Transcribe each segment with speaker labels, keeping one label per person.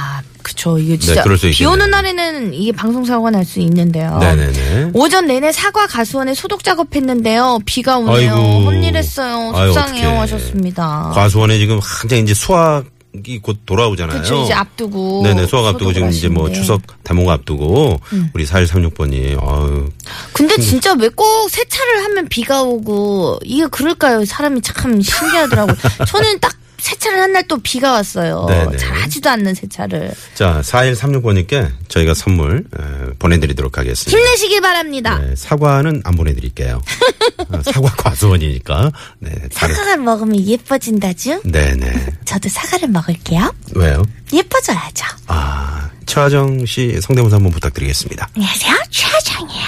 Speaker 1: 그쵸. 이게 진짜
Speaker 2: 그럴 수
Speaker 1: 비
Speaker 2: 있겠네요.
Speaker 1: 오는 날에는 이게 방송 사고가 날 수 있는데요.
Speaker 2: 네네네.
Speaker 1: 오전 내내 사과 가수원에 소독 작업했는데요. 비가 오네요.
Speaker 2: 아이고.
Speaker 1: 혼일했어요.
Speaker 2: 아유,
Speaker 1: 속상해요.
Speaker 2: 어떡해.
Speaker 1: 하셨습니다.
Speaker 2: 과수원에 지금 한창 이제 수학이 곧 돌아오잖아요.
Speaker 1: 그쵸, 이제 앞두고
Speaker 2: 네네, 수학 앞두고 지금 이제 뭐
Speaker 1: 소독을 하시는데. 음.
Speaker 2: 추석 다모가 앞두고 우리 4136번이, 아유.
Speaker 1: 근데 진짜 왜 꼭 세차를 하면 비가 오고 이게 그럴까요? 사람이 참 신기하더라고요. 저는 딱 세차를 한 날 또 비가 왔어요.
Speaker 2: 네네.
Speaker 1: 잘 하지도 않는 세차를.
Speaker 2: 자, 4136번님께 저희가 선물 에, 보내드리도록 하겠습니다.
Speaker 1: 힘내시길 바랍니다.
Speaker 2: 네, 사과는 안 보내드릴게요. 아, 사과 과수원이니까. 네, 다른.
Speaker 1: 사과를 먹으면 예뻐진다죠?
Speaker 2: 네네.
Speaker 1: 저도 사과를 먹을게요.
Speaker 2: 왜요?
Speaker 1: 예뻐져야죠.
Speaker 2: 아, 최하정 씨 성대모사 한번 부탁드리겠습니다.
Speaker 1: 안녕하세요. 최하정이에요.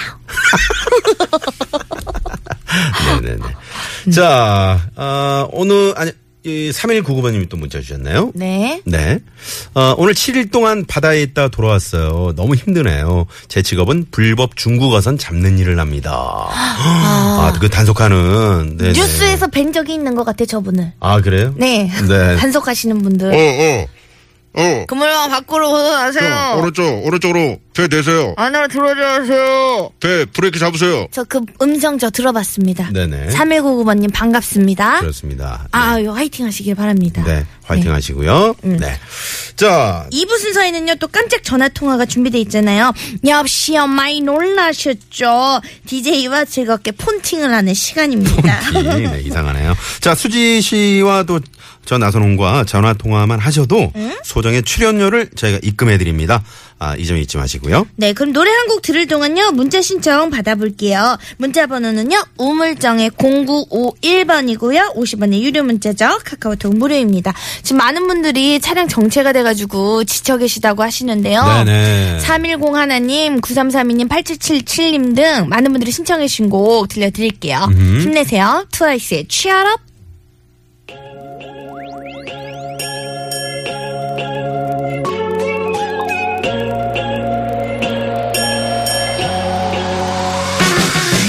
Speaker 2: 네네네. 자, 아, 오늘, 아니, 3199번님이 또 문자 주셨나요?
Speaker 1: 네.
Speaker 2: 네. 어, 오늘 7일 동안 바다에 있다 돌아왔어요. 너무 힘드네요. 제 직업은 불법 중국어선 잡는 일을 합니다. 아, 그 단속하는. 네네.
Speaker 1: 뉴스에서 뵌 적이 있는 것 같아요, 저분을.
Speaker 2: 아, 그래요?
Speaker 1: 네.
Speaker 2: 네.
Speaker 1: 단속하시는 분들.
Speaker 3: 어, 어, 어.
Speaker 1: 그물로 밖으로
Speaker 3: 저,
Speaker 1: 벗어나세요.
Speaker 3: 오른쪽, 오른쪽으로. 배 내세요.
Speaker 1: 안으로 들어오세요.
Speaker 3: 배 브레이크 잡으세요.
Speaker 1: 저 그 음성 저 들어봤습니다.
Speaker 2: 네네. 네.
Speaker 1: 3199번님 반갑습니다.
Speaker 2: 그렇습니다.
Speaker 1: 아유, 화이팅 하시길 바랍니다.
Speaker 2: 네. 화이팅 하시고요.
Speaker 1: 음.
Speaker 2: 네. 자,
Speaker 1: 2부 순서에는요, 또 깜짝 전화 통화가 준비되어 있잖아요. 역시요, 많이 놀라셨죠? DJ와 즐겁게 폰팅을 하는 시간입니다.
Speaker 2: 이, 네, 이상하네요. 자, 수지 씨와 또 저 나선홍과 전화 통화만 하셔도 소정의 출연료를 저희가 입금해 드립니다. 아, 이 점 잊지 마시고요.
Speaker 1: 네, 그럼 노래 한 곡 들을 동안요, 문자 신청 받아볼게요. 문자 번호는요, 우물정의 0951번이고요, 50원의 유료 문자죠. 카카오톡 무료입니다. 지금 많은 분들이 차량 정체가 돼가지고 지쳐 계시다고 하시는데요.
Speaker 2: 네네.
Speaker 1: 310 하나님, 9332님, 8777님 등 많은 분들이 신청해 주신 곡 들려드릴게요. 힘내세요. 트와이스의 취업업.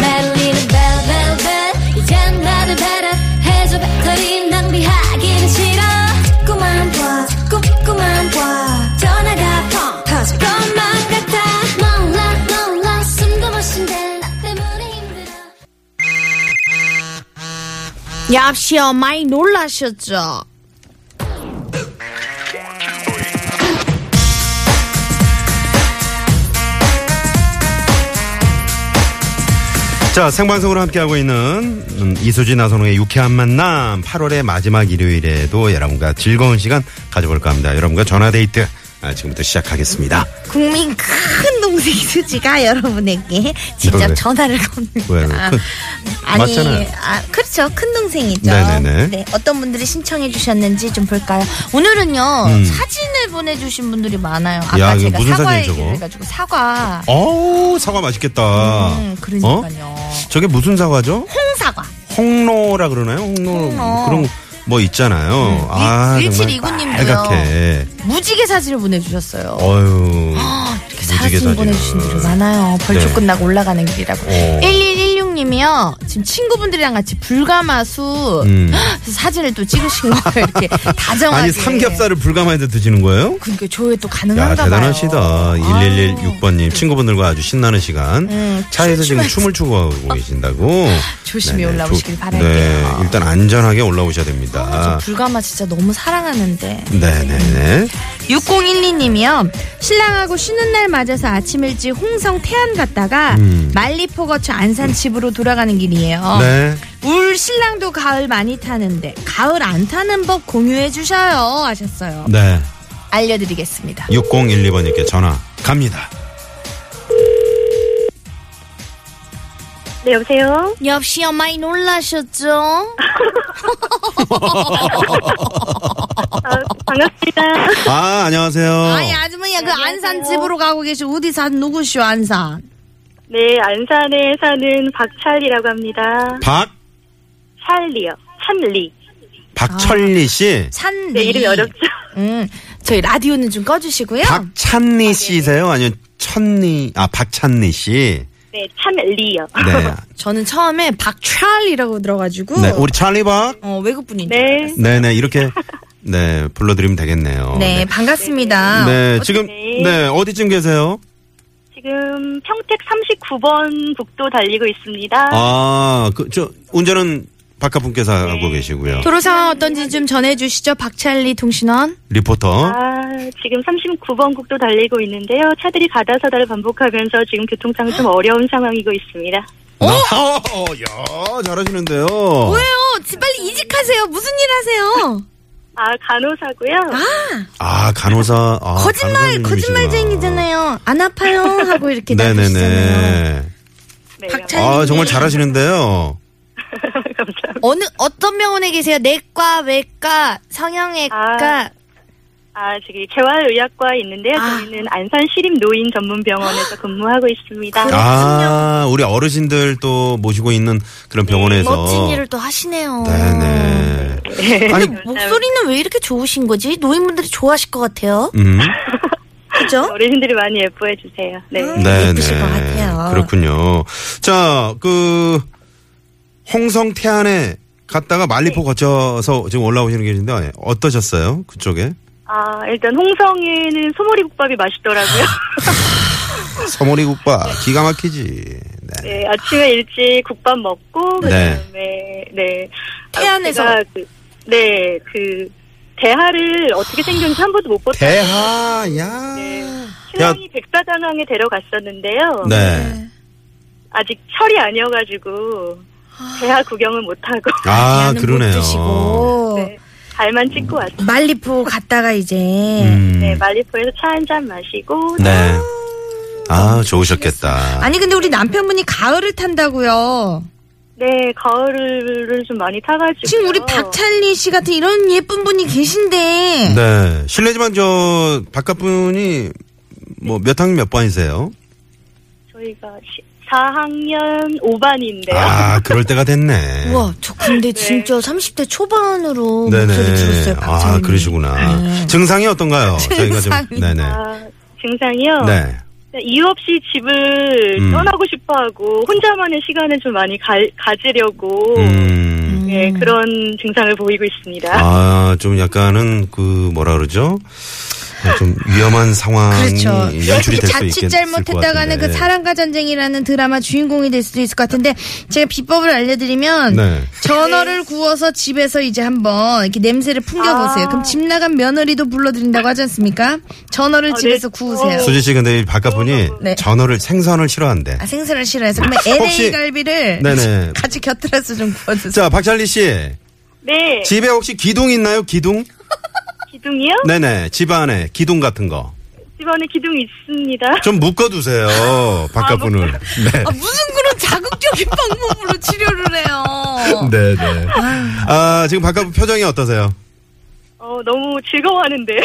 Speaker 4: 메릴리는 벨벨벨 이젠 나를 배려 해줘 배터리 낭비하기는 싫어 자꾸만 봐 자꾸만 봐 전화가 펑 터질 것만 같아 몰라 몰라 숨도 못 쉰대 나 때문에 힘들어
Speaker 1: 얍시요, 많이 놀라셨죠?
Speaker 2: 자, 생방송으로 함께하고 있는 음, 이수지 나선홍의 유쾌한 만남 8월의 마지막 일요일에도 여러분과 즐거운 시간 가져볼까 합니다. 여러분과 전화데이트 아, 지금부터 시작하겠습니다.
Speaker 1: 국민 큰 동생 수지가 여러분에게
Speaker 2: 왜?
Speaker 1: 직접 전화를 겁니다.
Speaker 2: 네. 왜, 왜? 큰-
Speaker 1: 아니,
Speaker 2: 맞잖아요.
Speaker 1: 아, 그렇죠. 큰 동생이죠.
Speaker 2: 네네네.
Speaker 1: 네, 어떤 분들이 신청해 주셨는지 좀 볼까요? 오늘은요, 사진을 보내주신 분들이 많아요. 아까
Speaker 2: 음. 야, 이거
Speaker 1: 제가
Speaker 2: 무슨
Speaker 1: 사과
Speaker 2: 사진이죠,
Speaker 1: 얘기를
Speaker 2: 저거?
Speaker 1: 해가지고 사과.
Speaker 2: 어우, 사과 맛있겠다.
Speaker 1: 음,
Speaker 2: 어?
Speaker 1: 그러니까요.
Speaker 2: 저게 무슨 사과죠?
Speaker 1: 홍사과.
Speaker 2: 홍로라 그러나요? 홍로,
Speaker 1: 홍로. 음.
Speaker 2: 그런 거뭐 있잖아요. 아,
Speaker 1: 일-
Speaker 2: 정말
Speaker 1: 1729님도요.
Speaker 2: 빨갛게.
Speaker 1: 무지개 사진을 보내주셨어요.
Speaker 2: 어휴.
Speaker 1: 이렇게
Speaker 2: 무지개
Speaker 1: 사진
Speaker 2: 사진을.
Speaker 1: 보내주신 분들 많아요. 벌초
Speaker 2: 네.
Speaker 1: 끝나고 올라가는 길이라고.
Speaker 2: 어.
Speaker 1: 1116님이요. 지금 친구분들이랑 같이 불가마수
Speaker 2: 음.
Speaker 1: 그래서 사진을 또 찍으신 거예요. 이렇게 다정하게.
Speaker 2: 아니, 삼겹살을 불감해서 드시는 거예요?
Speaker 1: 그러니까 조회 또
Speaker 2: 야,
Speaker 1: 가능한가 아.
Speaker 2: 대단하시다.
Speaker 1: 봐요.
Speaker 2: 1116번님. 친구분들과 아주 신나는 시간.
Speaker 1: 음,
Speaker 2: 차에서
Speaker 1: 춤추고
Speaker 2: 지금 춤을 추고 오고 계신다고.
Speaker 1: 조심히
Speaker 2: 네네,
Speaker 1: 올라오시길
Speaker 2: 조-
Speaker 1: 바랄게요. 어,
Speaker 2: 네, 일단 안전하게 올라오셔야
Speaker 1: 아우, 저
Speaker 2: 됩니다.
Speaker 1: 불가마 진짜 너무 사랑하는데.
Speaker 2: 네네네.
Speaker 1: 6012님이요. 신랑하고 쉬는 날 맞아서 아침 일찍 홍성 태안 갔다가
Speaker 2: 음.
Speaker 1: 말리포 거쳐 안산 집으로 집으로 돌아가는 길이에요.
Speaker 2: 네.
Speaker 1: 울 신랑도 가을 많이 타는데 가을 안 타는 법 공유해 주셔요 하셨어요.
Speaker 2: 네.
Speaker 1: 알려드리겠습니다.
Speaker 2: 6012번님께 전화 갑니다.
Speaker 5: 네, 여보세요?
Speaker 1: 역시요 많이 놀라셨죠?
Speaker 5: 아, 반갑습니다.
Speaker 2: 아, 안녕하세요.
Speaker 5: 어.
Speaker 1: 아니 아줌마야 그 안산 집으로 가고 계신 어디 산 누구시오 안산?
Speaker 5: 네, 안산에 사는 박찰리라고 합니다.
Speaker 2: 박,
Speaker 5: 찰리요. 찰리.
Speaker 2: 박철리 씨.
Speaker 1: 산리.
Speaker 5: 네, 이름이 어렵죠?
Speaker 1: 음 저희 라디오는 좀 꺼주시고요. 아, 네,
Speaker 2: 박찬리 씨세요? 아니면 천리, 아, 박찬리 씨.
Speaker 5: 네, 찰리요.
Speaker 1: 아,
Speaker 2: 네.
Speaker 1: 저는 처음에 박찰리라고 들어가지고
Speaker 2: 네. 우리 찰리 박.
Speaker 1: 어, 외국분인 줄
Speaker 5: 네.
Speaker 2: 네네, 이렇게. 네, 불러드리면 어, 되겠네요.
Speaker 1: 네, 반갑습니다.
Speaker 2: 네, 지금, 네, 어디쯤 계세요?
Speaker 5: 지금 평택 39번 북도 달리고 있습니다.
Speaker 2: 아, 그, 저, 운전은 박가분께서
Speaker 1: 네.
Speaker 2: 하고 계시고요.
Speaker 1: 도로 상황 어떤지 좀 전해주시죠, 박찰리
Speaker 2: 어.
Speaker 1: 통신원.
Speaker 2: 리포터.
Speaker 5: 아, 지금 39번 국도 달리고 있는데요. 차들이 가다서다를 반복하면서 지금 교통상 좀 어려운 상황이고 있습니다.
Speaker 2: 어, 어, 야, 잘하시는데요.
Speaker 1: 왜요? 집 빨리 이직하세요. 무슨 일 하세요?
Speaker 5: 아, 간호사고요.
Speaker 2: 아, 간호사. 아,
Speaker 1: 거짓말,
Speaker 2: 간호사님이시구나.
Speaker 1: 거짓말쟁이잖아요. 안 아파요. 하고 이렇게 나가시잖아요.
Speaker 2: 네네네.
Speaker 5: 네,
Speaker 1: 박찰리.
Speaker 2: 아, 정말 잘하시는데요.
Speaker 5: 감사합니다.
Speaker 1: 어느, 어떤 병원에 계세요? 내과, 외과, 성형외과.
Speaker 5: 아. 아, 저기 재활의학과 있는데요.
Speaker 1: 아.
Speaker 5: 저희는 안산 시립 노인 전문병원에서 근무하고 있습니다.
Speaker 2: 아, 우리 어르신들 또 모시고 있는 그런 병원에서.
Speaker 1: 네, 멋진 일을 또 하시네요.
Speaker 2: 네네. 아니,
Speaker 1: 목소리는 왜 이렇게 좋으신 거지? 노인분들이 좋아하실 것 같아요.
Speaker 2: 음.
Speaker 1: 그죠?
Speaker 5: 어르신들이 많이 예뻐해 주세요. 네.
Speaker 1: 아.
Speaker 2: 네네.
Speaker 1: 예쁘실 것 같아요.
Speaker 2: 그렇군요. 자, 그, 홍성 태안에 갔다가 말리포
Speaker 1: 네.
Speaker 2: 거쳐서 지금 올라오시는 길인데 어떠셨어요? 그쪽에?
Speaker 5: 아, 일단 홍성에는 소머리 국밥이 맛있더라고요.
Speaker 2: 서머리 국밥 기가 막히지. 네.
Speaker 5: 네, 아침에 일찍 국밥 먹고
Speaker 2: 네.
Speaker 5: 그다음에 네. 아,
Speaker 1: 태안에서.
Speaker 5: 제가 그, 네, 그 대하를 어떻게 생겼는지 한 번도 못 봤어요.
Speaker 2: 대하, 야.
Speaker 5: 신랑이 백사장항에 데려갔었는데요.
Speaker 2: 네.
Speaker 5: 아직 철이 아니어가지고 대하 구경은 못하고
Speaker 2: 아,
Speaker 1: 야는 못
Speaker 2: 그러네요.
Speaker 1: 드시고.
Speaker 5: 네, 발만 찍고 왔어요.
Speaker 1: 말리포 갔다가 이제
Speaker 2: 음.
Speaker 5: 네, 말리포에서 차 한 잔 마시고
Speaker 2: 네. 아, 좋으셨겠다.
Speaker 1: 아니 근데 우리 남편분이 가을을 탄다고요.
Speaker 5: 네, 가을을 좀 많이 타가지고.
Speaker 1: 지금 우리 박찰리 씨 같은 이런 예쁜 분이 계신데
Speaker 2: 네. 실례지만 저, 바깥 분이 뭐 몇 학년 몇 반이세요?
Speaker 5: 저희가 4학년 5반인데요.
Speaker 2: 아, 그럴 때가 됐네.
Speaker 1: 네. 우와 저 근데 진짜 30대 초반으로 목소리
Speaker 2: 네네.
Speaker 1: 들었어요.
Speaker 2: 아,
Speaker 1: 박찰리.
Speaker 2: 그러시구나. 증상이 어떤가요? 저희가 좀.
Speaker 1: 증상이. 어.
Speaker 2: 네네.
Speaker 5: 아, 증상이요?
Speaker 2: 네.
Speaker 5: 이유 없이 집을
Speaker 2: 음.
Speaker 5: 떠나고 싶어 하고, 혼자만의 시간을 좀 많이 가, 지려고
Speaker 2: 음.
Speaker 5: 네, 그런 증상을 보이고 있습니다.
Speaker 2: 아, 좀 약간은 그 뭐라 그러죠? 아, 좀 위험한 상황이
Speaker 1: 그렇죠.
Speaker 2: 음, 연출이 될 수
Speaker 1: 자칫
Speaker 2: 있겠을
Speaker 1: 잘못했다가는
Speaker 2: 것 같은데.
Speaker 1: 그 사랑과 전쟁이라는 드라마 주인공이 될 수도 있을 것 같은데 제가 비법을 알려드리면
Speaker 2: 네.
Speaker 1: 전어를 구워서 집에서 이제 한번 이렇게 냄새를 풍겨보세요. 그럼 집 나간 며느리도 불러드린다고 하지 않습니까? 아, 전어를
Speaker 5: 네.
Speaker 1: 집에서 구우세요.
Speaker 2: 수지 씨 근데 이 바깥 분이
Speaker 1: 네.
Speaker 2: 전어를 생선을 싫어한대.
Speaker 1: 아, 생선을 싫어해서 그러면
Speaker 2: 혹시-
Speaker 1: LA 갈비를
Speaker 2: 네네.
Speaker 1: 같이 곁들여서 좀 구워주세요.
Speaker 2: 자, 박찰리 씨.
Speaker 5: 네,
Speaker 2: 집에 혹시 기둥 있나요? 기둥?
Speaker 5: 기둥이요?
Speaker 2: 네네. 집 안에 기둥 같은 거.
Speaker 5: 집안에 기둥이 있습니다.
Speaker 2: 좀 묶어두세요. 바깥 분을. 네.
Speaker 1: 아, 무슨 그런 자극적인 방법으로 치료를 해요.
Speaker 2: 네네. 아, 지금 바깥 분 표정이 어떠세요?
Speaker 5: 어, 너무 즐거워하는데요.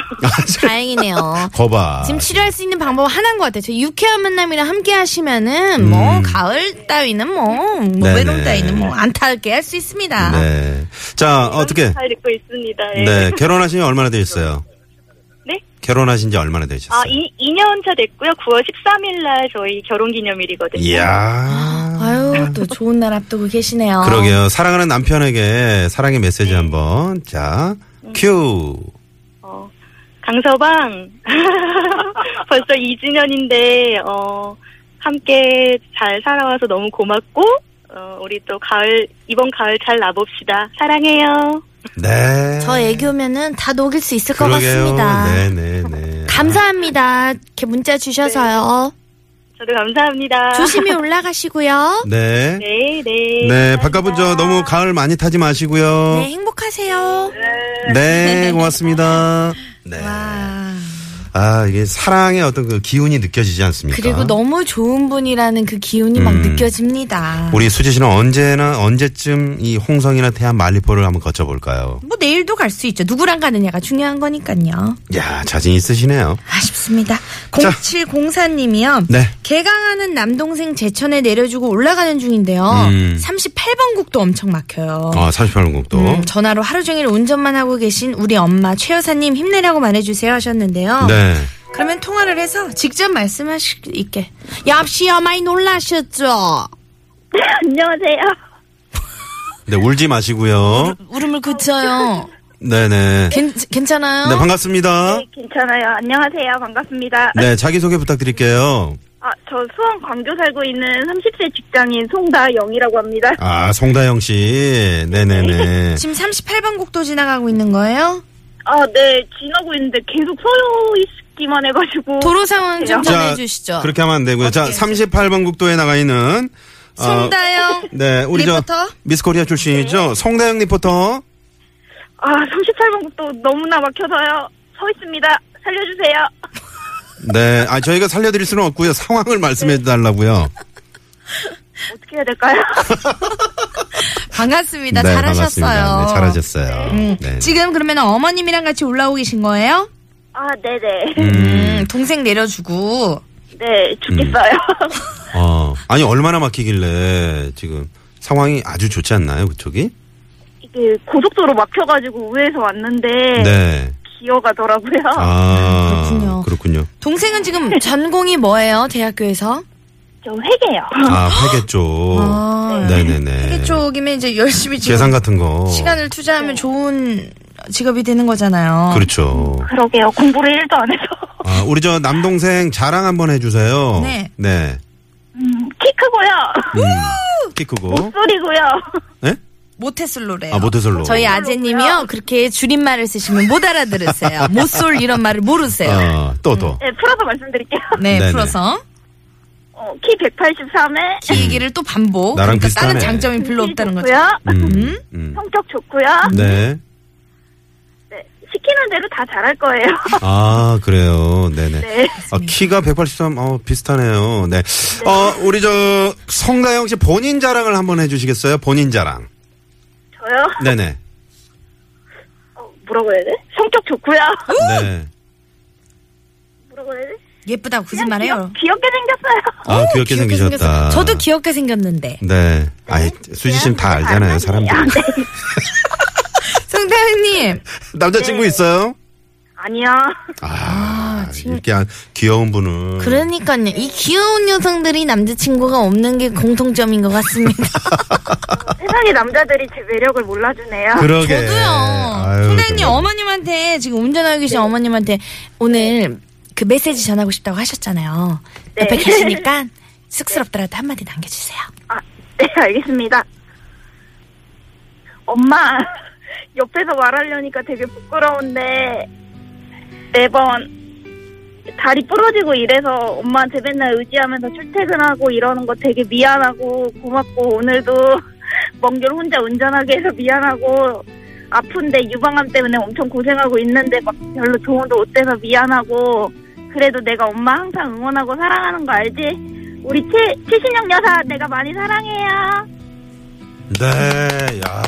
Speaker 1: 다행이네요.
Speaker 2: 거봐.
Speaker 1: 지금 치료할 수 있는 방법 하나인 것 같아요. 저 유쾌한 만남이랑 함께 하시면은 뭐 가을 따위는 뭐, 뭐
Speaker 2: 음. 네네.
Speaker 1: 외로움 따위는 뭐 안 탈게 할 수 있습니다.
Speaker 2: 네. 자, 어떻게?
Speaker 5: 잘 듣고 있습니다. 예.
Speaker 2: 네. 결혼하신 지 얼마나 되셨어요?
Speaker 5: 네?
Speaker 2: 결혼하신 지 얼마나 되셨어요?
Speaker 5: 아, 이, 2년 차 됐고요. 9월 13일 날 저희 결혼 기념일이거든요.
Speaker 2: 이야.
Speaker 1: 아유 또 좋은 날 앞두고 계시네요.
Speaker 2: 그러게요. 사랑하는 남편에게 사랑의 메시지 한번. 자, 큐.
Speaker 5: 어, 강서방 벌써 2주년인데 어, 함께 잘 살아와서 너무 고맙고 어, 우리 또 가을 이번 가을 잘 나봅시다. 사랑해요.
Speaker 2: 네.
Speaker 6: 저 애교면은 다 녹일 수 있을 것
Speaker 2: 그러게요. 네.
Speaker 6: 같습니다.
Speaker 2: 네네네.
Speaker 6: 감사합니다. 이렇게 문자 주셔서요.
Speaker 5: 저 저도 감사합니다.
Speaker 1: 조심히 올라가시고요.
Speaker 2: 네. 네.
Speaker 5: 네, 네.
Speaker 2: 바깥분저 너무 가을 많이 타지 마시고요.
Speaker 1: 네, 행복하세요.
Speaker 2: 네, 고맙습니다. 네.
Speaker 1: 와.
Speaker 2: 아, 이게 사랑의 어떤 그 기운이 느껴지지 않습니까?
Speaker 1: 그리고 너무 좋은 분이라는 그 기운이 막
Speaker 2: 그러니까. 음.
Speaker 1: 느껴집니다.
Speaker 2: 우리 수지 씨는 언제나, 언제쯤 이 홍성이나 태안 말리포를 한번 거쳐볼까요?
Speaker 1: 뭐 내일도 갈 수 있죠. 누구랑 가느냐가 중요한 거니까요.
Speaker 2: 야 자신 있으시네요.
Speaker 1: 아쉽습니다.
Speaker 2: 자.
Speaker 1: 0704님이요.
Speaker 2: 네.
Speaker 1: 개강하는 남동생 제천에 내려주고 올라가는 중인데요.
Speaker 2: 음.
Speaker 1: 38번국도 엄청 막혀요.
Speaker 2: 어, 38분국도.
Speaker 1: 음, 전화로 하루 종일 운전만 하고 계신 우리 엄마 최 여사님 힘내라고 말해주세요 하셨는데요.
Speaker 2: 네.
Speaker 1: 그러면 통화를 해서 직접 말씀하실 수 있게. 역시요 많이 놀라셨죠.
Speaker 5: 안녕하세요.
Speaker 2: 네, 울지 마시고요.
Speaker 1: 울음을 그쳐요.
Speaker 2: 네네. 네,
Speaker 1: 괜, 괜찮아요?
Speaker 2: 반갑습니다.
Speaker 5: 괜찮아요. 안녕하세요. 반갑습니다.
Speaker 2: 네, 자기소개 부탁드릴게요.
Speaker 5: 아, 저 수원 광교 살고 있는 30세 직장인 송다영이라고 합니다.
Speaker 2: 아, 송다영 씨. 네네네.
Speaker 1: 지금 38번 국도 지나가고 있는 거예요?
Speaker 5: 아, 네. 지나고 있는데 계속 서요 있기만 해가지고.
Speaker 1: 도로 상황 좀
Speaker 2: 자,
Speaker 1: 전해주시죠.
Speaker 2: 그렇게 하면 안 되고요. 자, 38번 국도에 나가 있는 어,
Speaker 1: 송다영.
Speaker 2: 네, 우리
Speaker 1: 리포터?
Speaker 2: 저 미스코리아 출신이죠.
Speaker 1: 네.
Speaker 2: 송다영 리포터.
Speaker 5: 아, 38번 국도 너무나 막혀서요. 서 있습니다. 살려주세요.
Speaker 2: 네, 아 저희가 살려드릴 수는 없고요. 상황을 말씀해 달라고요.
Speaker 5: 어떻게 해야 될까요?
Speaker 1: 반갑습니다. 네, 잘하셨어요.
Speaker 2: 네,
Speaker 1: 음,
Speaker 2: 반갑습니다. 네, 잘하셨어요. 네.
Speaker 1: 지금 그러면 어머님이랑 같이 올라오고 계신 거예요?
Speaker 5: 아, 네네.
Speaker 2: 음,
Speaker 1: 음, 동생 내려주고.
Speaker 5: 네, 죽겠어요.
Speaker 1: 음.
Speaker 2: 어, 아니 얼마나 막히길래 지금 상황이 아주 좋지 않나요, 그쪽이?
Speaker 5: 이게 고속도로 막혀가지고 우회해서 왔는데.
Speaker 2: 네.
Speaker 5: 기어가더라고요.
Speaker 2: 아,
Speaker 1: 그렇군요.
Speaker 2: 그렇군요.
Speaker 1: 동생은 지금 전공이 뭐예요? 대학교에서?
Speaker 5: 저 회계요.
Speaker 2: 아, 회계 쪽.
Speaker 1: 아,
Speaker 2: 네네네.
Speaker 1: 회계 쪽이면 이제 열심히 지금
Speaker 2: 계산 어. 같은 거.
Speaker 1: 시간을 투자하면 좋은 직업이 되는 거잖아요.
Speaker 2: 그렇죠.
Speaker 5: 그러게요. 공부를 1도 안 해서.
Speaker 2: 아, 우리 저 남동생 자랑 한번 해주세요.
Speaker 1: 네.
Speaker 2: 네.
Speaker 5: 음, 키 크고요.
Speaker 2: 음, 키 크고.
Speaker 5: 소리고요.
Speaker 2: 네?
Speaker 1: 모태솔로래요.
Speaker 2: 아, 모태솔로.
Speaker 1: 저희 아재님이요 그렇게 줄임말을 쓰시면 못 알아들으세요. 모쏠 이런 말을 모르세요.
Speaker 2: 아, 또,
Speaker 1: 음.
Speaker 2: 또.
Speaker 5: 네, 풀어서 말씀드릴게요.
Speaker 1: 네,
Speaker 2: 네네.
Speaker 1: 풀어서
Speaker 5: 어, 키 183에 음,
Speaker 1: 키 얘기를 또 반복.
Speaker 2: 나랑
Speaker 1: 그러니까 다른
Speaker 2: 비슷하네.
Speaker 1: 장점이 별로 없다는 거죠. 네.
Speaker 5: 좋고요.
Speaker 2: 음, 음.
Speaker 5: 성격 좋고요.
Speaker 2: 네.
Speaker 1: 음.
Speaker 5: 네, 시키는 대로 다 잘할 거예요.
Speaker 2: 아, 그래요. 네네.
Speaker 5: 네.
Speaker 2: 아, 키가 183, 어, 비슷하네요. 네. 어, 우리 저, 성다영 씨 본인 자랑을 한번 해주시겠어요? 본인 자랑.
Speaker 5: 저요?
Speaker 2: 네네.
Speaker 5: 어, 뭐라고 해야 돼? 성격 좋고요.
Speaker 1: 어?
Speaker 2: 네.
Speaker 5: 뭐라고 해야 돼?
Speaker 1: 예쁘다고 거짓말해요.
Speaker 5: 귀엽, 게 생겼어요.
Speaker 2: 아, 귀엽게 생기셨다.
Speaker 1: 생겼어요. 저도 귀엽게 생겼는데.
Speaker 2: 네. 아이, 수지 씨는 다 알잖아요,
Speaker 1: 네.
Speaker 2: 사람들.
Speaker 1: 성대님
Speaker 2: 음.
Speaker 1: 네.
Speaker 2: 남자친구 있어요?
Speaker 5: 아니요.
Speaker 2: 아, 이렇게 한 귀여운 분은.
Speaker 1: 그러니까요. 이 귀여운 여성들이 남자친구가 없는 게 공통점인 것 같습니다.
Speaker 5: 세상에 남자들이 제 매력을 몰라주네요.
Speaker 2: 그러게.
Speaker 1: 아, 저도요.
Speaker 2: 아유,
Speaker 1: 선생님
Speaker 2: 그래.
Speaker 1: 어머님한테 지금 운전하고 계신 어머님한테 오늘 그 메시지 전하고 싶다고 하셨잖아요.
Speaker 5: 네.
Speaker 1: 옆에 계시니까 쑥스럽더라도 한마디 남겨주세요.
Speaker 5: 아, 네, 알겠습니다. 엄마, 옆에서 말하려니까 되게 부끄러운데, 매번 다리 부러지고 이래서 엄마한테 맨날 의지하면서 출퇴근하고 이러는 거 되게 미안하고 고맙고 오늘도 먼 길 혼자 운전하게 해서 미안하고 아픈데 유방암 때문에 엄청 고생하고 있는데 막 별로 도움도 못 돼서 미안하고 그래도 내가 엄마 항상 응원하고 사랑하는 거 알지? 우리 치, 76 여사 내가 많이 사랑해요.
Speaker 2: 네, 야.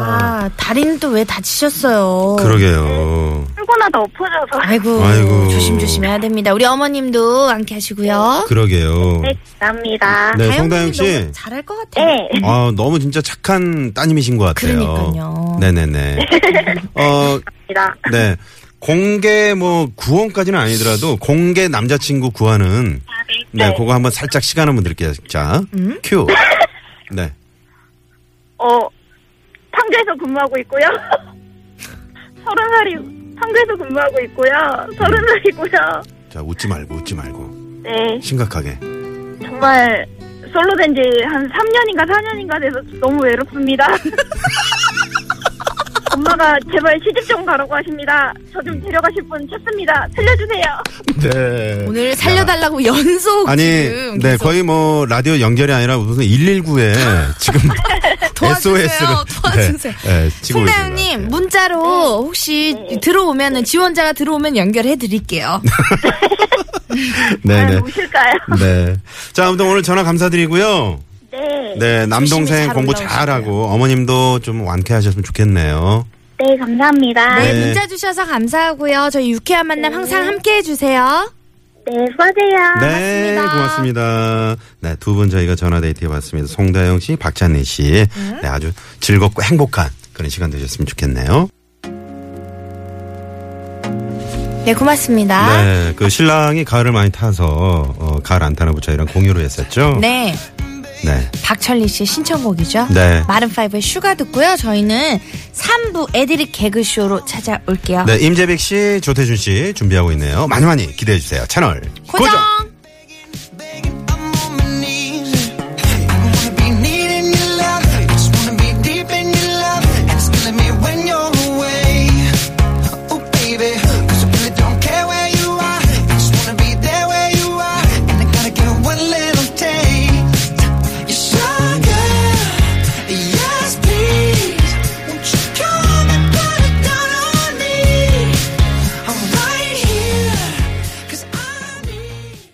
Speaker 1: 아 다리는 또 왜 다치셨어요? 네.
Speaker 2: 그러게요.
Speaker 5: 출근하다 엎어져서.
Speaker 1: 아이고,
Speaker 2: 아이고.
Speaker 1: 조심조심 해야 됩니다. 우리 어머님도 함께 하시고요.
Speaker 2: 그러게요.
Speaker 5: 네, 감사합니다.
Speaker 2: 네,
Speaker 1: 아, 다영
Speaker 2: 성다영
Speaker 1: 님이
Speaker 2: 씨.
Speaker 1: 너무 잘할 것 같아요.
Speaker 5: 네.
Speaker 2: 아, 너무 진짜 착한 따님이신 것 같아요.
Speaker 1: 그러니까요.
Speaker 2: 네네네. 어,
Speaker 5: 감사합니다.
Speaker 2: 네. 공개 뭐 구원까지는 아니더라도 공개 남자친구 구하는 네, 그거 한번 살짝 시간 한번 드릴게요. 자,
Speaker 1: 음?
Speaker 2: 큐. 네.
Speaker 5: 어, 판교에서 근무하고 있고요. 서른 살이, 판교에서 근무하고 있고요. 서른 살이고요.
Speaker 2: 자, 웃지 말고 웃지 말고
Speaker 5: 네,
Speaker 2: 심각하게.
Speaker 5: 정말 솔로 된 지 한 3년인가 4년인가 돼서 너무 외롭습니다.
Speaker 6: 엄마가 제발 시집 좀 가라고 하십니다. 저 좀 데려가실 분 찾습니다. 살려주세요.
Speaker 2: 네.
Speaker 1: 오늘 살려달라고 연속
Speaker 2: 아니,
Speaker 1: 지금
Speaker 2: 네,
Speaker 1: 계속
Speaker 2: 거의 뭐, 라디오 연결이 아니라 무슨 119에 지금
Speaker 1: 도와주세요.
Speaker 2: SOS를.
Speaker 1: 도와주세요.
Speaker 2: 네, 네, 치고 계십니다.
Speaker 1: 승배님 문자로 혹시 들어오면은 지원자가 들어오면 연결해 드릴게요.
Speaker 2: 네, 네.
Speaker 6: 오실까요?
Speaker 2: 네. 자, 아무튼 오늘 전화 감사드리고요.
Speaker 6: 네. 네.
Speaker 2: 네,
Speaker 1: 조심히
Speaker 2: 남동생
Speaker 1: 잘
Speaker 2: 공부
Speaker 1: 올라오시고요.
Speaker 2: 잘하고 어머님도 좀 완쾌하셨으면 좋겠네요.
Speaker 6: 감사합니다.
Speaker 2: 네.
Speaker 6: 네,
Speaker 1: 네, 문자 주셔서 감사하고요. 저희 유쾌한 만남 항상 함께 해주세요.
Speaker 6: 수고하세요.
Speaker 1: 아,
Speaker 2: 네, 고맙습니다. 네, 두 분 저희가 전화 데이트해 봤습니다. 송다영 씨, 박찬희 씨.
Speaker 1: 음?
Speaker 2: 네, 아주 즐겁고 행복한 그런 시간 되셨으면 좋겠네요.
Speaker 1: 네 고맙습니다.
Speaker 2: 네, 그 신랑이 가을을 많이 타서 어, 가을 안타나 부차이랑 공유를 했었죠.
Speaker 1: 네.
Speaker 2: 네.
Speaker 1: 박철리 씨의 신청곡이죠.
Speaker 2: 네.
Speaker 1: 마른5의 슈가 듣고요. 저희는 3부 애드립 개그쇼로 찾아올게요.
Speaker 2: 네, 임재백 씨, 조태준 씨 준비하고 있네요. 많이 많이 기대해 주세요. 채널
Speaker 1: 고정!
Speaker 6: Oh,